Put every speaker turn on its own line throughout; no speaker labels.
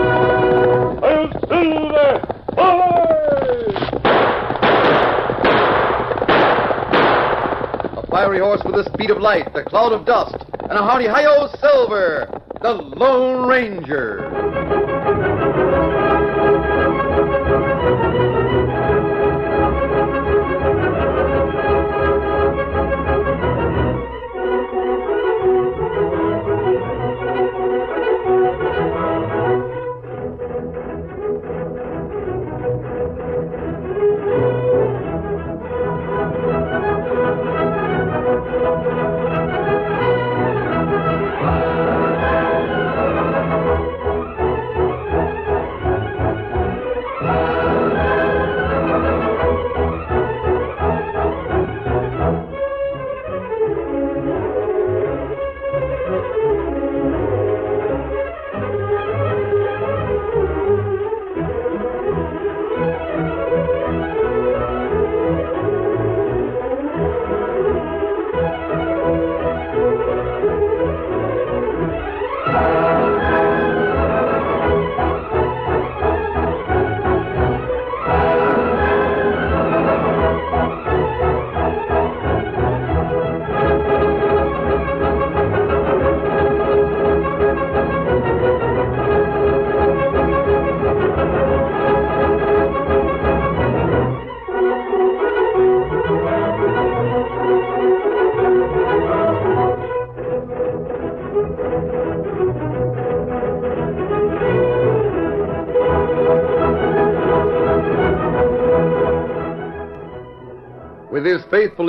Of silver! Away!
A fiery horse with the speed of light, the cloud of dust, and a hearty hi-yo silver, the Lone Ranger. With his faithful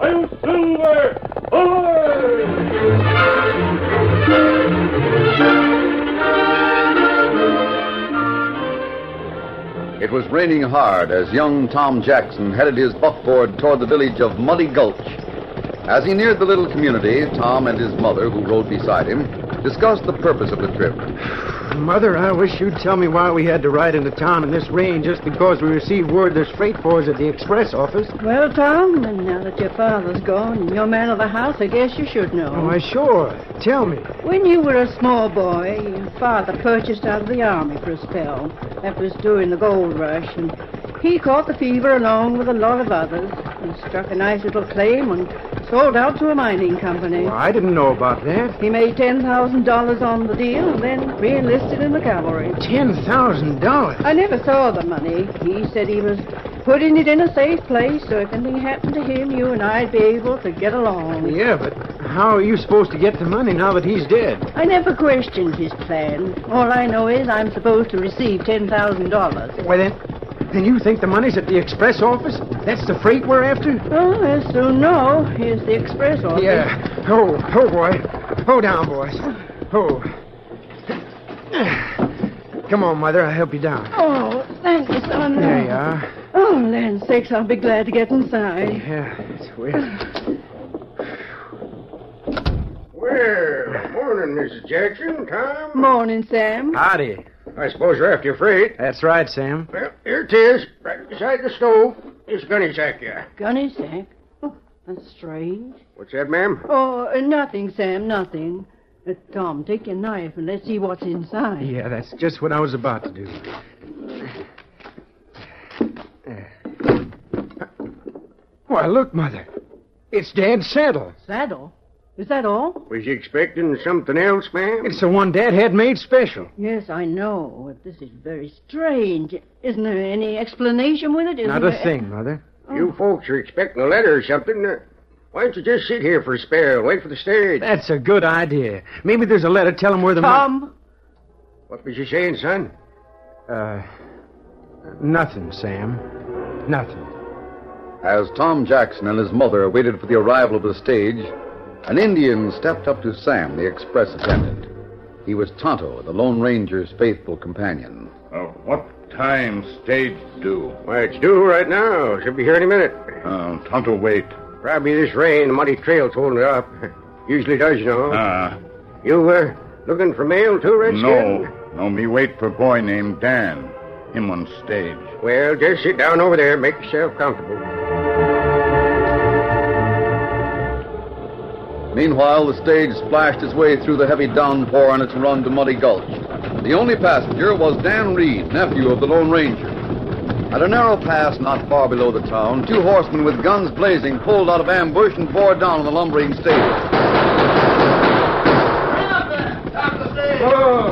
I'm silver! Away!
It was raining hard as young Tom Jackson headed his buckboard toward the village of Muddy Gulch. As he neared the little community, Tom and his mother, who rode beside him, discussed the purpose of the trip.
Mother, I wish you'd tell me why we had to ride into town in this rain just because we received word there's freight for us at the express office.
Well, Tom, and now that your father's gone and you're man of the house, I guess you should know.
Why, sure. Tell me.
When you were a small boy, your father purchased out of the army for a spell. That was during the gold rush, and he caught the fever along with a lot of others and struck a nice little claim and sold out to a mining company.
Well, I didn't know about that.
He made $10,000 on the deal and then re-enlisted in the cavalry.
Ten thousand dollars.
I never saw the money. He said he was putting it in a safe place, so if anything happened to him, you and I'd be able to get along.
Yeah, but how are you supposed to get the money now that he's dead?
I never questioned his plan. All I know is I'm supposed to receive $10,000.
Why then, then you think the money's at the express office? That's the freight we're after?
Well, as soon know, here's the express office.
Yeah. Oh, oh boy. Hold down, boys. Oh. Come on, mother. I'll help you down.
Oh, thank you, son.
There you are.
Oh, land sakes, I'll be glad to get inside.
Yeah, it's weird.
Well, morning, Mrs. Jackson, Tom.
Morning, Sam.
Howdy.
I suppose you're after your freight.
That's right, Sam.
Well, here it is, right beside the stove. It's gunny sack, yeah.
Gunny sack. Oh, that's strange.
What's that, ma'am?
Oh, uh, nothing, Sam, nothing. Uh, Tom, take your knife and let's see what's inside.
Yeah, that's just what I was about to do. Why, look, Mother. It's Dad's saddle.
Saddle? Is that all?
Was you expecting something else, ma'am?
It's the one Dad had made special.
Yes, I know. But this is very strange. Isn't there any explanation with it? Isn't
Not a
there-
thing, Mother.
You folks are expecting a letter or something. Uh, why don't you just sit here for a spell, wait for the stage?
That's a good idea. Maybe there's a letter telling where the.
Tom,
What was you saying, son?
Uh, nothing, Sam. Nothing.
As Tom Jackson and his mother waited for the arrival of the stage, an Indian stepped up to Sam, the express attendant. He was Tonto, the Lone Ranger's faithful companion.
Of what time stage due?
Why, it's due right now. Should be here any minute.
Uh, Tonto, wait.
Probably this rain, the muddy trail's holding it up. Usually does, you know.
Uh,
You were looking for mail too, Redskin?
no. No, me wait for boy named Dan. Him on stage.
Well, just sit down over there. Make yourself comfortable.
Meanwhile, the stage splashed its way through the heavy downpour on its run to Muddy Gulch. The only passenger was Dan Reed, nephew of the Lone Ranger. At a narrow pass not far below the town, two horsemen with guns blazing pulled out of ambush and bore down on the lumbering stage.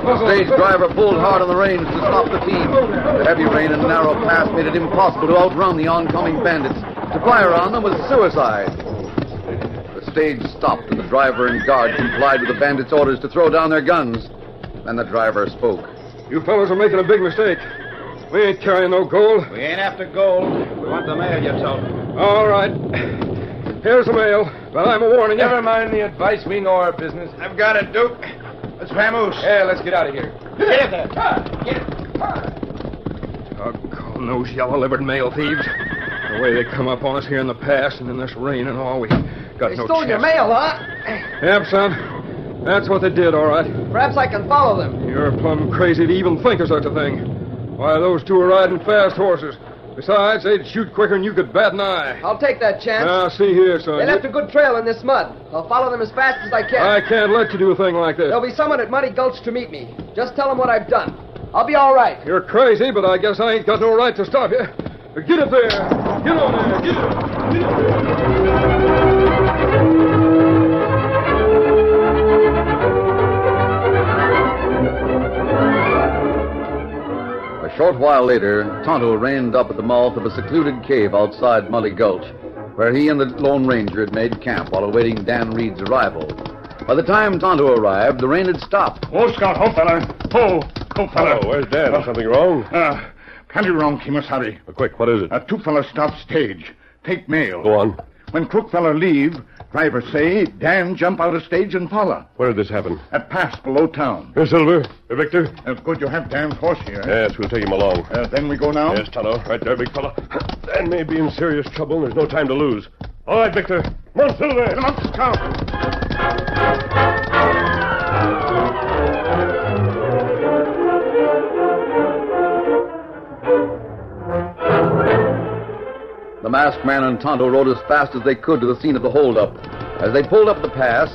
The stage driver pulled hard on the reins to stop the team. The heavy rain and narrow pass made it impossible to outrun the oncoming bandits. To fire on them was suicide. The stage stopped, and the driver and guard complied with the bandits' orders to throw down their guns. Then the driver spoke.
You fellows are making a big mistake. We ain't carrying no gold.
We ain't after gold. We want the mail you told.
All right. Here's the mail, but I'm a warning
Never mind the advice. We know our business. I've got it, Duke. Let's vamoose. Yeah, let's get out of here. Get in there.
Doggone those yellow-livered mail thieves. The way they come up on us here in the pass and in this rain and all, we got no chance.
mail, huh?
Yep, son. That's what they did, all right.
Perhaps I can follow them.
You're plumb crazy to even think of such a thing. Why, those two are riding fast horses. Besides, they'd shoot quicker than you could bat an eye.
I'll take that chance.
Now, see here, son.
they
you-
left a good trail in this mud. I'll follow them as fast as I can.
I can't let you do a thing like this.
There'll be someone at Muddy Gulch to meet me. Just tell them what I've done. I'll be all right.
You're crazy, but I guess I ain't got no right to stop you. Get up there. Get on there. Get up. Get up.
A short while later, Tonto reined up at the mouth of a secluded cave outside Muddy Gulch, where he and the Lone Ranger had made camp while awaiting Dan Reed's arrival. By the time Tonto arrived, the rain had stopped.
Oh, Scott, home, fella. Ho, ho, fella.
Oh,
Hello, where's Dan? Something wrong?
Uh, plenty wrong, Kimasari.
quick, what is it?
Uh, two fella stop stage. Take mail.
Go on.
When crook fella leave, driver say, Dan jump out of stage and follow.
Where did this happen?
At pass below town.
Here, Silver. Here, Victor.
Uh, good you have Dan's horse here. eh?
Yes, we'll take him along.
Uh, then we go now?
Yes, Tonto. Right there, big fella. Dan may be in serious trouble, and there's no time to lose. All right, Victor. Come on, Silver.
Come on, Scout.
The masked man and Tonto rode as fast as they could to the scene of the holdup. As they pulled up the pass,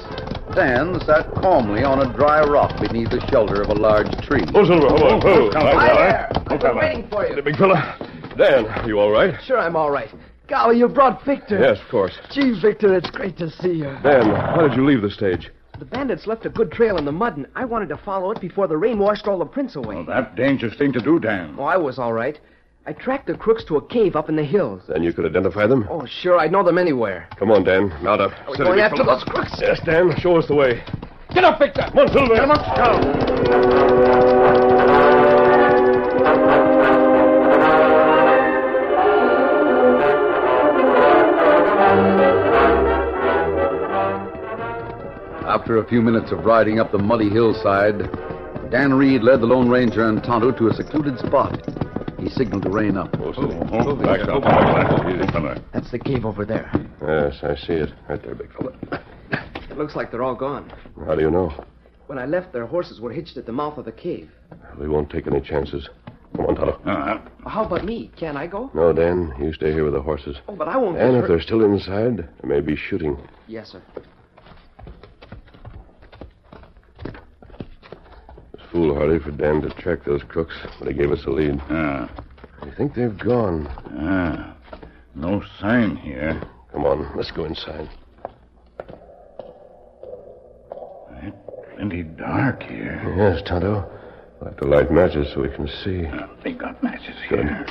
Dan sat calmly on a dry rock beneath the shelter of a large tree.
Oh, Silver. Hello. Hello.
Come on.
Hi,
Hi
Hi.
there.
I've been waiting for you.
Hey, Big fella. Dan, are you all right?
Sure, I'm all right. Golly, you brought Victor.
Yes, of course.
Gee, Victor, it's great to see you.
Dan, why did you leave the stage?
The bandits left a good trail in the mud, and I wanted to follow it before the rain washed all the prints away.
Well, that dangerous thing to do, Dan.
Oh, I was all right. I tracked the crooks to a cave up in the hills.
Then you could identify them?
Oh, sure, I'd know them anywhere.
Come on, Dan. Mount up.
We're
Steady,
going
big
after
fella.
those crooks.
Yes, Dan. Show us the way.
Get up, Victor!
Come on, Silver.
Come on, Scout.
After a few minutes of riding up the muddy hillside, Dan Reed led the Lone Ranger and Tonto to a secluded spot. He signaled to rein up.
Oh, Silver. Back up. Back up. Easy, fella.
That's the cave over there.
Yes, I see it. Right there, big fella.
It looks like they're all gone.
How do you know?
When I left, their horses were hitched at the mouth of the cave.
We won't take any chances. Come on, Tonto.
Uh,
How about me? Can't I go?
No, Dan, you stay here with the horses.
Oh, but I won't
And
get
if
hurt.
they're still inside, there may be shooting.
Yes, sir.
It's foolhardy for Dan to track those crooks, but he gave us a lead.
uh,
I think they've gone.
uh, no sign here.
Come on, let's go inside.
It's plenty dark here.
Yes, Tonto. We'll have to light matches so we can see.
Oh.
Uh, they got matches here.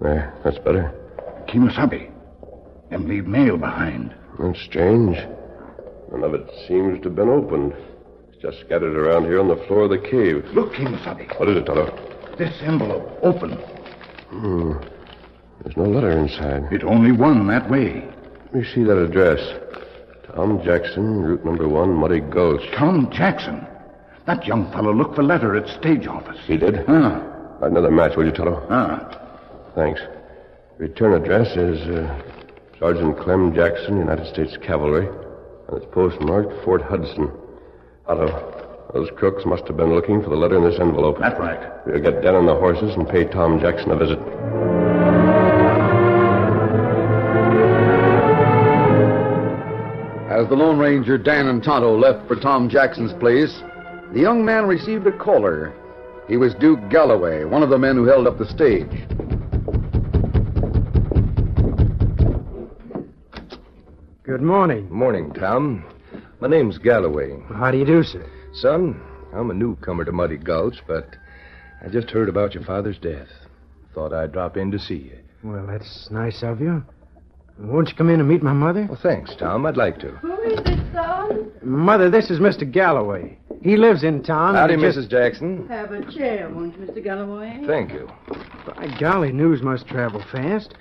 There, that's better.
Kimasabi. Them leave mail behind.
That's strange. None of it seems to have been opened. It's just scattered around here on the floor of the cave.
Look, Kimasabi.
What is it, Tonto? Hmm.
This envelope, open.
There's no letter inside.
It only won that way.
Let me see that address. Tom Jackson, route number one, Muddy Gulch.
Tom Jackson. That young fellow looked for letter at stage office.
He did?
Huh.
Light Another match, will you, Tonto?
Huh.
Thanks. Return address is uh, Sergeant Clem Jackson, United States Cavalry, and it's postmarked Fort Hudson. Otto, those crooks must have been looking for the letter in this envelope.
That right.
We'll get down on the horses and pay Tom Jackson a visit.
As the Lone Ranger, Dan, and Tonto left for Tom Jackson's place, the young man received a caller. He was Duke Galloway, one of the men who held up the stage.
Good morning.
Morning, Tom. My name's Galloway.
How do you do, sir?
Son, I'm a newcomer to Muddy Gulch, but I just heard about your father's death. Thought I'd drop in to see you.
Well, that's nice of you. Won't you come in and meet my mother?
Well, thanks, Tom. I'd like to.
Who is it, son?
Mother, this is Mr. Galloway. He lives in town. and
Howdy,
he just-
Mrs. Jackson.
Have a chair, won't you, Mr. Galloway?
Thank you.
By golly, news must travel fast.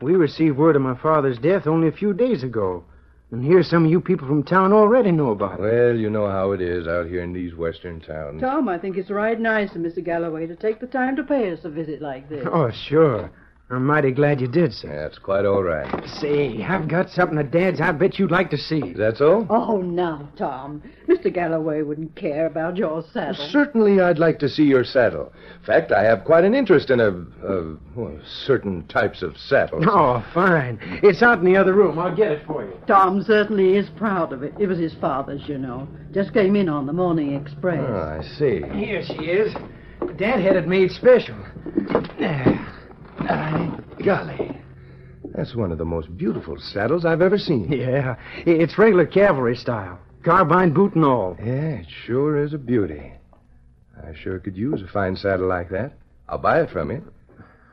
We received word of my father's death only a few days ago. And here some of you people from town already know about it.
Well, you know how it is out here in these western towns.
Tom, I think it's right nice of Mr. Galloway to take the time to pay us a visit like this.
Oh, sure. I'm mighty glad you did, sir.
That's quite all right.
Say, I've got something of Dad's I bet you'd like to see.
Is that so?
Oh, now, Tom. Mr. Galloway wouldn't care about your saddle.
Certainly, I'd like to see your saddle. In fact, I have quite an interest in a, a well, certain types of saddles.
Oh, fine. It's out in the other room. I'll get it for you.
Tom certainly is proud of it. It was his father's, you know. Just came in on the morning express.
Oh,
Ah,
I see.
Here she is. Dad had it made special. There. I-
Golly, that's one of the most beautiful saddles I've ever seen.
Yeah, i- it's regular cavalry style. Carbine boot and all.
Yeah, it sure is a beauty. I sure could use a fine saddle like that. I'll buy it from you.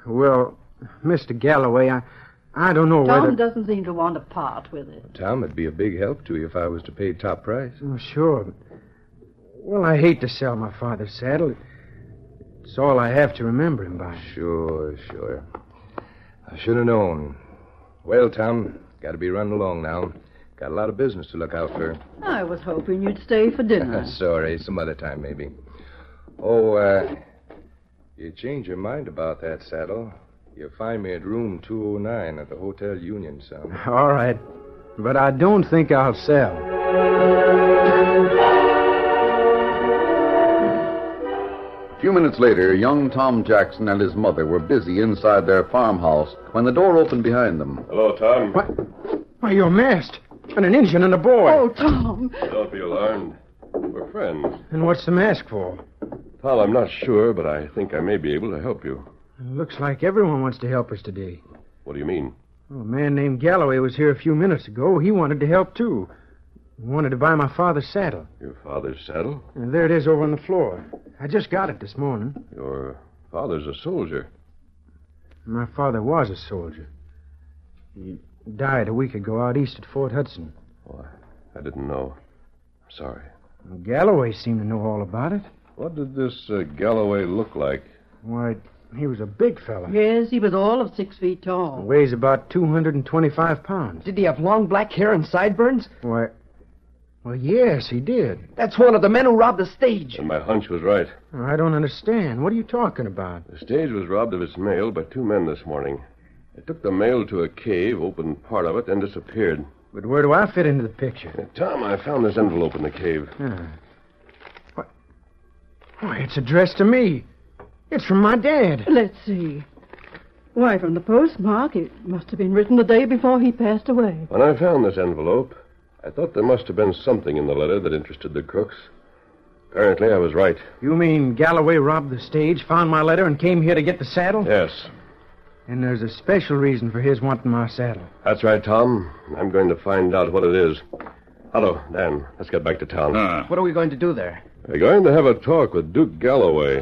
Well, Mr. Galloway, I, I don't know
Tom
whether.
doesn't seem to want to part with it.
Tom, it'd be a big help to you if I was to pay top price.
Oh, sure. Well, I hate to sell my father's saddle. It's all I have to remember him by.
Sure, sure. I should have known. Well, Tom, got to be running along now. Got a lot of business to look out for.
I was hoping you'd stay for dinner.
Sorry, some other time maybe. Oh, uh, you change your mind about that saddle. You'll find me at room 209 at the Hotel Union, son.
All right. But I don't think I'll sell.
A few minutes later, young Tom Jackson and his mother were busy inside their farmhouse when the door opened behind them.
Hello, Tom.
What? Why, you're masked. And an engine and a boy.
Oh, Tom.
Don't be alarmed. We're friends.
And what's the mask for?
Pal, I'm not sure, but I think I may be able to help you.
looks like everyone wants to help us today.
What do you mean?
Well, a man named Galloway was here a few minutes ago. He wanted to help, too. He wanted to buy my father's saddle.
Your father's saddle?
And there it is over on the floor. I just got it this morning.
Your father's a soldier.
My father was a soldier. He died a week ago out east at Fort Hudson.
Oh, I- I didn't know. Sorry.
Galloway seemed to know all about it.
What did this uh, Galloway look like?
Why, he was a big fella.
Yes, he was all of six feet tall.
Weighs about 225 pounds.
Did he have long black hair and sideburns?
Why, well, yes, he did.
That's one of the men who robbed the stage.
And my hunch was right.
I don't understand. What are you talking about?
The stage was robbed of its mail by two men this morning. They took the mail to a cave, opened part of it, then disappeared.
But where do I fit into the picture?
Uh, Tom, I found this envelope in the cave.
Why, it's addressed to me. It's from my dad.
Let's see. Why, from the postmark, it must have been written the day before he passed away.
When I found this envelope, I thought there must have been something in the letter that interested the crooks. Apparently, I was right.
You mean Galloway robbed the stage, found my letter, and came here to get the saddle?
Yes.
And there's a special reason for his wanting my saddle.
That's right, Tom. I'm going to find out what it is. Hello, Dan. Let's get back to town.
Huh.
What are we going to do there?
We're going to have a talk with Duke Galloway.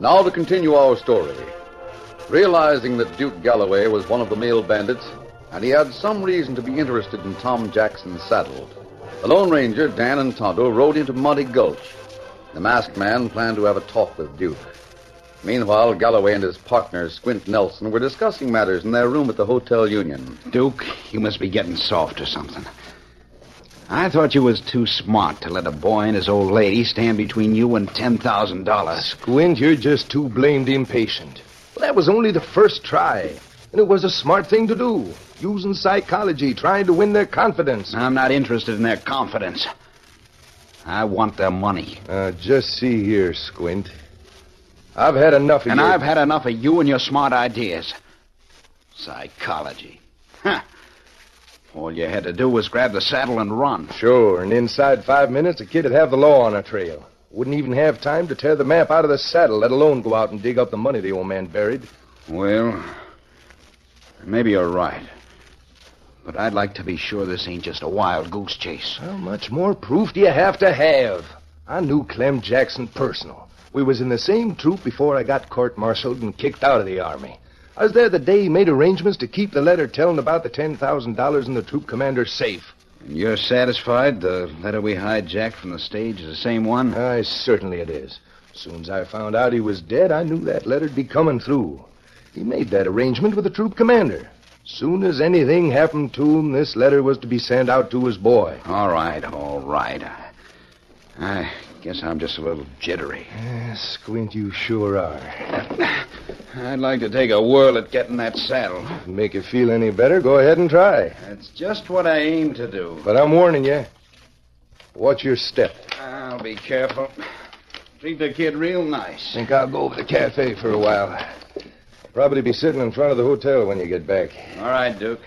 Now to continue our story. Realizing that Duke Galloway was one of the male bandits, and he had some reason to be interested in Tom Jackson's saddle, the Lone Ranger, Dan, and Tonto rode into Monty Gulch. The masked man planned to have a talk with Duke. Meanwhile, Galloway and his partner, Squint Nelson, were discussing matters in their room at the Hotel Union.
Duke, you must be getting soft or something. I thought you was too smart to let a boy and his old lady stand between you and ten thousand dollars.
Squint, you're just too blamed impatient. Well, that was only the first try. And it was a smart thing to do. Using psychology, trying to win their confidence.
I'm not interested in their confidence. I want their money.
Uh, just see here, Squint. I've had enough of
And
your-
I've had enough of you and your smart ideas. Psychology. Huh. All you had to do was grab the saddle and run.
Sure, and inside five minutes, a kid'd have the law on her trail. Wouldn't even have time to tear the map out of the saddle, let alone go out and dig up the money the old man buried.
Well, maybe you're right. But I'd like to be sure this ain't just a wild goose chase.
How much more proof do you have to have? I knew Clem Jackson personal. We was in the same troop before I got court-martialed and kicked out of the army. I was there the day he made arrangements to keep the letter telling about the ten thousand dollars in the troop commander's safe.
And you're satisfied the letter we hijacked from the stage is the same one?
Aye, certainly it is. Soon as I found out he was dead, I knew that letter'd be coming through. He made that arrangement with the troop commander. Soon as anything happened to him, this letter was to be sent out to his boy.
All right, all right. I, I guess I'm just a little jittery.
Eh, Squint, you sure are.
I'd like to take a whirl at getting that saddle.
If it make you feel any better, go ahead and try.
That's just what I aim to do.
But I'm warning you. Watch your step.
I'll be careful. Treat the kid real nice.
Think I'll go over to the cafe for a while. Probably be sitting in front of the hotel when you get back.
All right, Duke.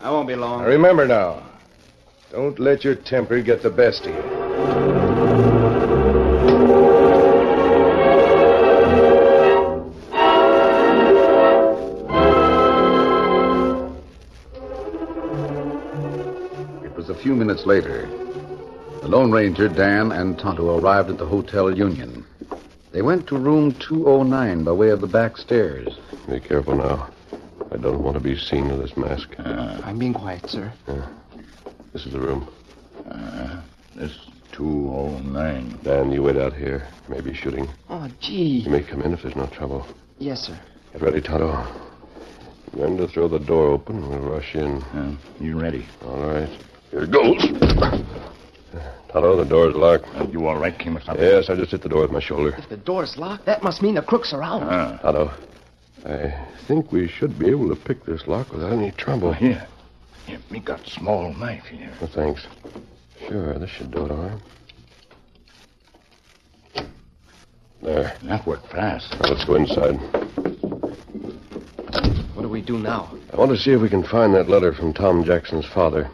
I won't be long.
Now remember now, don't let your temper get the best of you.
It was a few minutes later. The Lone Ranger, Dan, and Tonto arrived at the Hotel Union. They went to room 209 by way of the back stairs.
Be careful now. I don't want to be seen with this mask.
I'm being quiet, sir.
This is the room.
This 209.
Dan, you wait out here. You may be shooting.
Oh, gee.
You may come in if there's no trouble.
Yes, sir.
Get ready, Tonto. Remember to throw the door open. and We'll rush in.
Uh, you ready?
All right. Here goes. Tonto, the door's locked.
Uh, you all right, King Mustafa?
Yes, I just hit the door with my shoulder.
If the door's locked, that must mean the crooks are out.
Ah,
Tonto, I think we should be able to pick this lock without any trouble.
Oh, here. Here, me got small knife here.
No, thanks. Sure, this should do it all right. There.
That worked fast.
Now let's go inside.
What do we do now?
I want to see if we can find that letter from Tom Jackson's father.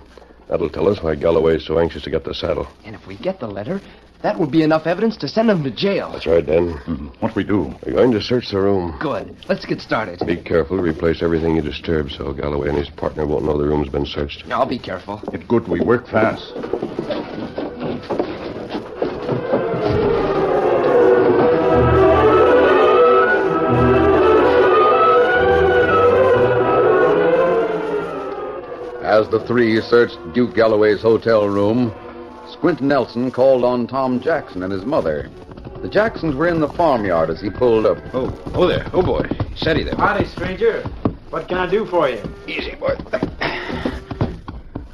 That'll tell us why Galloway's so anxious to get the saddle.
And if we get the letter, that would be enough evidence to send them to jail.
That's right, Dan.
Mm-hmm. What we do?
We're going to search the room.
Good. Let's get started.
Be careful to replace everything you disturb so Galloway and his partner won't know the room's been searched.
I'll be careful.
It good we work fast.
As As the three searched Duke Galloway's hotel room, Squint Nelson called on Tom Jackson and his mother. The Jacksons were in the farmyard as he pulled up.
Oh, oh there. Oh, boy. Steady there.
Howdy, stranger. What can I do for you?
Easy, boy.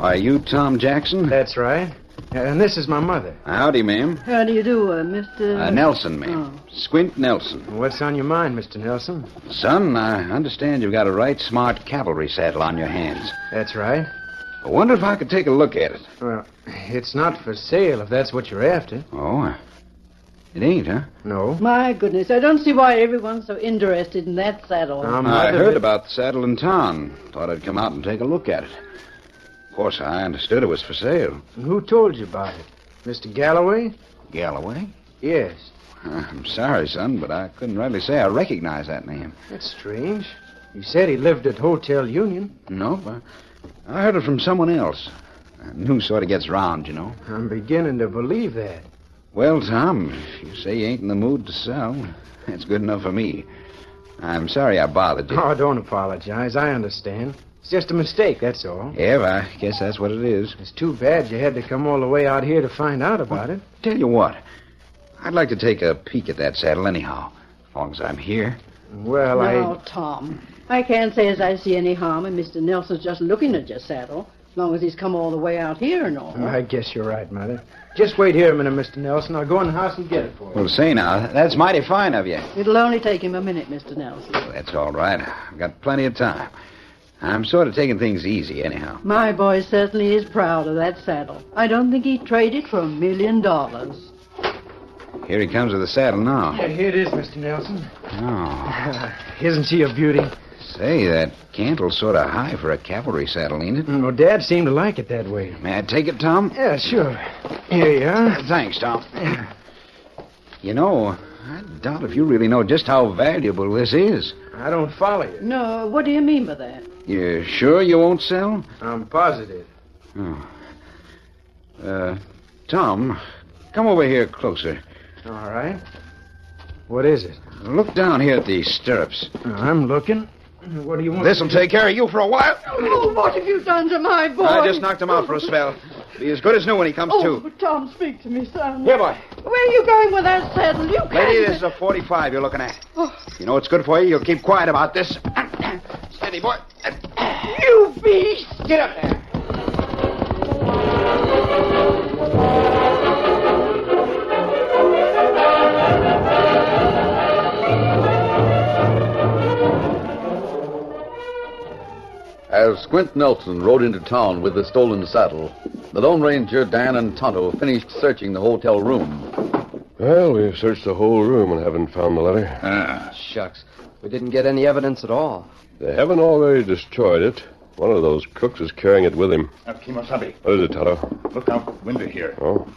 Are you Tom Jackson?
That's right. And this is my mother.
Howdy, ma'am.
How do you do, uh, Mr.
Uh, Nelson, ma'am. Squint Nelson.
What's on your mind, Mr. Nelson?
Son, I understand you've got a right smart cavalry saddle on your hands.
That's right.
I wonder if I could take a look at it.
Well, it's not for sale if that's what you're after.
Oh, I- it ain't, huh?
No.
My goodness, I don't see why everyone's so interested in that saddle.
Um,
I
Mother-
heard about the saddle in town. Thought I'd come out and take a look at it. Of course, I understood it was for sale.
Who told you about it? Mr. Galloway?
Galloway?
Yes.
Uh, I'm sorry, son, but I couldn't really say I recognize that name.
That's strange. You said he lived at Hotel Union.
No, but I heard it from someone else. News sort of gets round, you know.
I'm beginning to believe that.
Well, Tom, if you say you ain't in the mood to sell, that's good enough for me. I'm sorry I bothered you.
Oh, don't apologize. I understand. It's just a mistake, that's all.
Ev, I guess that's what it is.
It's too bad you had to come all the way out here to find out about it.
Tell you what, I'd like to take a peek at that saddle anyhow, as long as I'm here.
Well,
Now, Tom, I can't say as I see any harm in Mr. Nelson's just looking at your saddle, as long as he's come all the way out here and
Uh.
all.
I. I guess you're right, Mother. Just wait here a minute, Mr. Nelson. I'll go in the house and get it for you.
Well, say now, that's mighty fine of you.
It'll only take him a minute, Mr. Nelson.
That's all right. I've got plenty of time. I'm sort of taking things easy, anyhow.
My boy certainly is proud of that saddle. I don't think he'd trade it for a million dollars.
Here he comes with the saddle now.
Yeah, here it is, Mr. Nelson.
Oh,
Isn't she a beauty?
say, that cantle's sort of high for a cavalry saddle, ain't it?
Mm, Well, Dad seemed to like it that way.
May I take it, Tom?
Yeah, sure. Here you are.
Thanks, Tom. You know, I doubt if you really know just how valuable this is.
I don't follow you.
No, what do you mean by that?
You sure you won't sell?
I'm positive.
Uh, Tom, come over here closer.
All right. What is it?
Look down here at these stirrups.
I'm looking. What do you want?
This'll take care of you for a while.
Oh, what have you done to my boy?
I just knocked him out for a spell. Be as good as new when he comes
Oh,
to.
Tom, speak to me, son.
Here, boy.
Where are you going with that saddle? You can't.
Lady, this is a 45 you're looking at.
Oh.
You know it's good for you. You'll keep quiet about this. Steady, boy.
You beast!
Get up there.
As Squint Nelson rode into town with the stolen saddle, the Lone Ranger, Dan, and Tonto finished searching the hotel room.
Well, we've searched the whole room and haven't found the letter.
Shucks. We didn't get any evidence at all.
They haven't already destroyed it. One of those crooks is carrying it with him. What is it, Toto?
Look out window here.
Oh?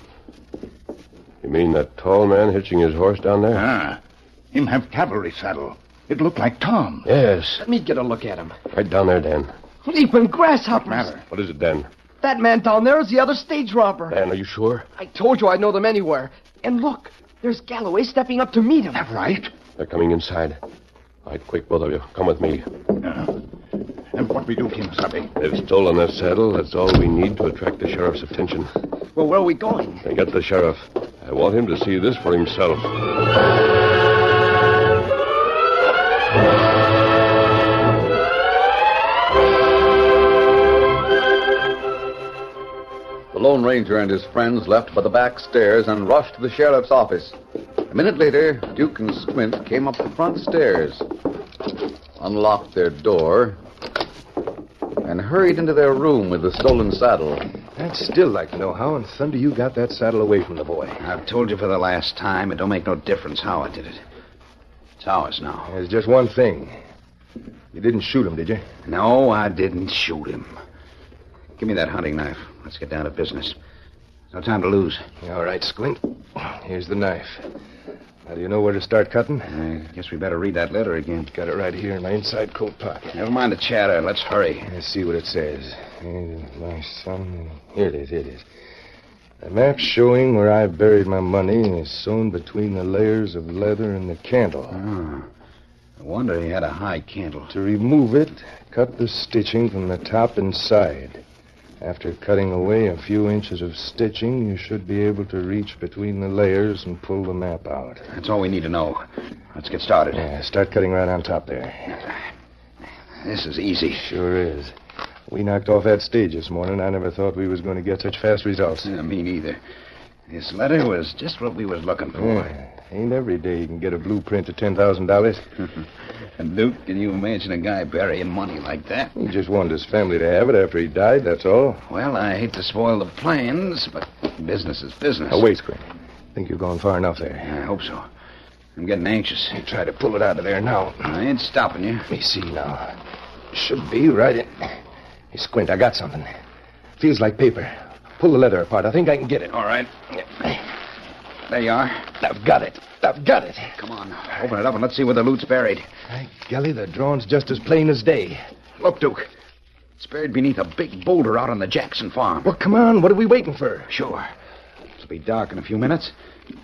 You mean that tall man hitching his horse down there?
Ah, him have cavalry saddle. It look like Tom.
Yes.
Let me get a look at him.
Right down there, Dan.
Leaping grasshoppers.
What is it, Dan?
That man down there is the other stage robber.
Dan, are you sure?
I told you I'd know them anywhere. And look, there's Galloway stepping up to meet him.
Right.
They're coming inside. All right, quick, both of you. Come with me.
And what we do, Kimasabi?
They've stolen that saddle. That's all we need to attract the sheriff's attention.
Well, where are we going?
Now get the sheriff. I want him to see this for himself.
The Lone Ranger and his friends left by the back stairs and rushed to the sheriff's office. A minute later, Duke and Squint came up the front stairs, unlocked their door, and hurried into their room with the stolen saddle.
I'd still like to know how in thunder you got that saddle away from the boy.
I've told you for the last time, it don't make no difference how I did it. It's ours now.
There's just one thing. You didn't shoot him, did you?
No, I didn't shoot him. Give me that hunting knife. Let's get down to business. No time to lose.
All right, Squint. Here's the knife. Now, do you know where to start cutting?
I guess we better read that letter again.
Got it right here in my inside coat pocket.
Never mind the chatter. Let's hurry.
Let's see what it says. My son. Here it is, here it is. A map showing where I buried my money is sewn between the layers of leather and the candle.
Ah, no wonder he had a high candle.
To remove it, cut the stitching from the top and side. After cutting away a few inches of stitching, you should be able to reach between the layers and pull the map out.
That's all we need to know. Let's get started.
Yeah, start cutting right on top there.
This is easy.
Sure is. We knocked off that stage this morning. I never thought we was going to get such fast results.
Yeah, me neither. This letter was just what we was looking for.
Yeah. Ain't every day you can get a blueprint to $10,000.
And Duke, can you imagine a guy burying money like that?
he just wanted his family to have it after he died, that's all.
Well, I hate to spoil the plans, but business is business.
Now, wait, Squint. Think you've gone far enough there.
I hope so. I'm getting anxious.
You try to pull it out of there now.
I ain't stopping you.
Let me see now. Should be right in. Hey, Squint, I got something. Feels like paper. Pull the letter apart. I think I can get it.
All right. There you are.
I've got it. I've got it.
Come on. Open it up and let's see where the loot's buried.
By golly, the drawing's just as plain as day.
Look, Duke. It's buried beneath a big boulder out on the Jackson farm.
Well, come on. What are we waiting for?
Sure. It'll be dark in a few minutes.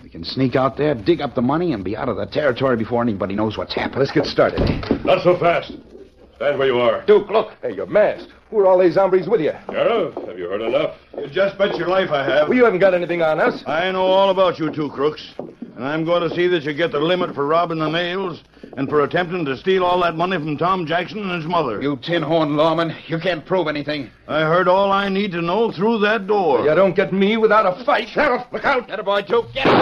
We can sneak out there, dig up the money, and be out of the territory before anybody knows what's happened.
Let's get started.
Not so fast. Stand where you are.
Duke, look. Hey, you're masked. Who are all these hombres with you?
Sheriff, have you heard enough?
You just bet your life I have.
Well, you haven't got anything on us.
I know all about you two crooks, and I'm going to see that you get the limit for robbing the mails and for attempting to steal all that money from Tom Jackson and his mother.
You tin horn lawman, you can't prove anything.
I heard all I need to know through that door.
You don't get me without a fight. Sheriff, look out.
That boy, Duke, get him.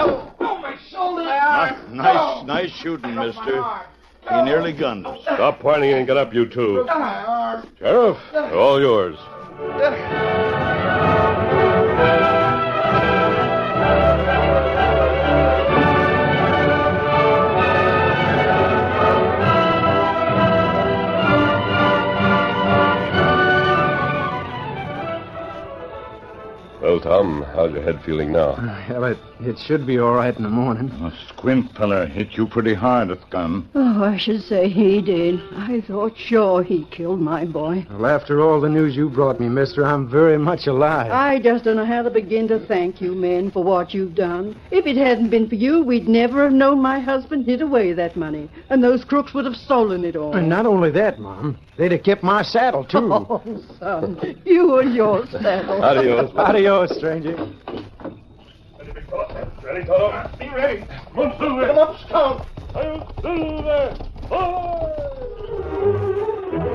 Oh, oh, my shoulder!
Ni- nice, nice shooting, mister. He nearly gunned us.
Stop pointing and get up, you two.
My arm.
Sheriff, they're all yours.
Well, Tom, how's your head feeling now?
Yeah, but it should be all right in the morning.
A squint feller hit you pretty hard at the gun.
Oh, I should say he did. I thought sure he killed my boy.
Oh.
Well, after all the news you brought me, mister, I'm very much alive.
I just don't know how to begin to thank you men for what you've done. If it hadn't been for you, we'd never have known my husband hid away that money, and those crooks would have stolen it all.
And not only that, Mom, they'd have kept my saddle, too.
Oh, son, you and your saddle.
Adios.
Adios, stranger.
Ready, Toto? Be ready. Come through there.
Up, stump.
Come through there. Oh!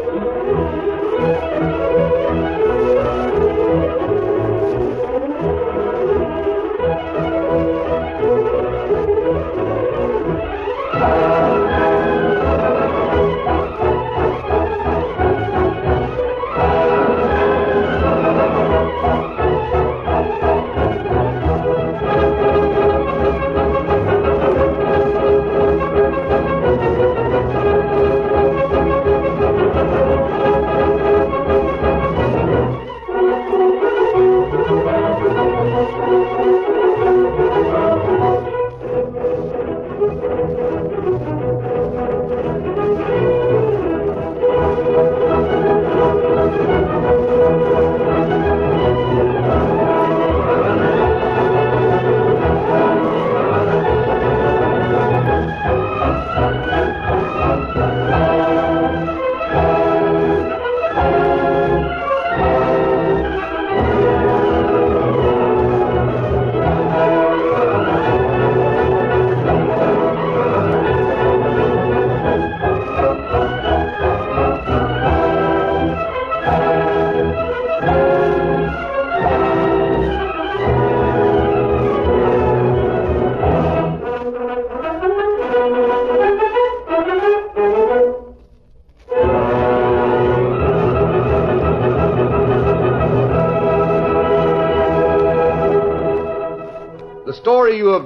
The story you have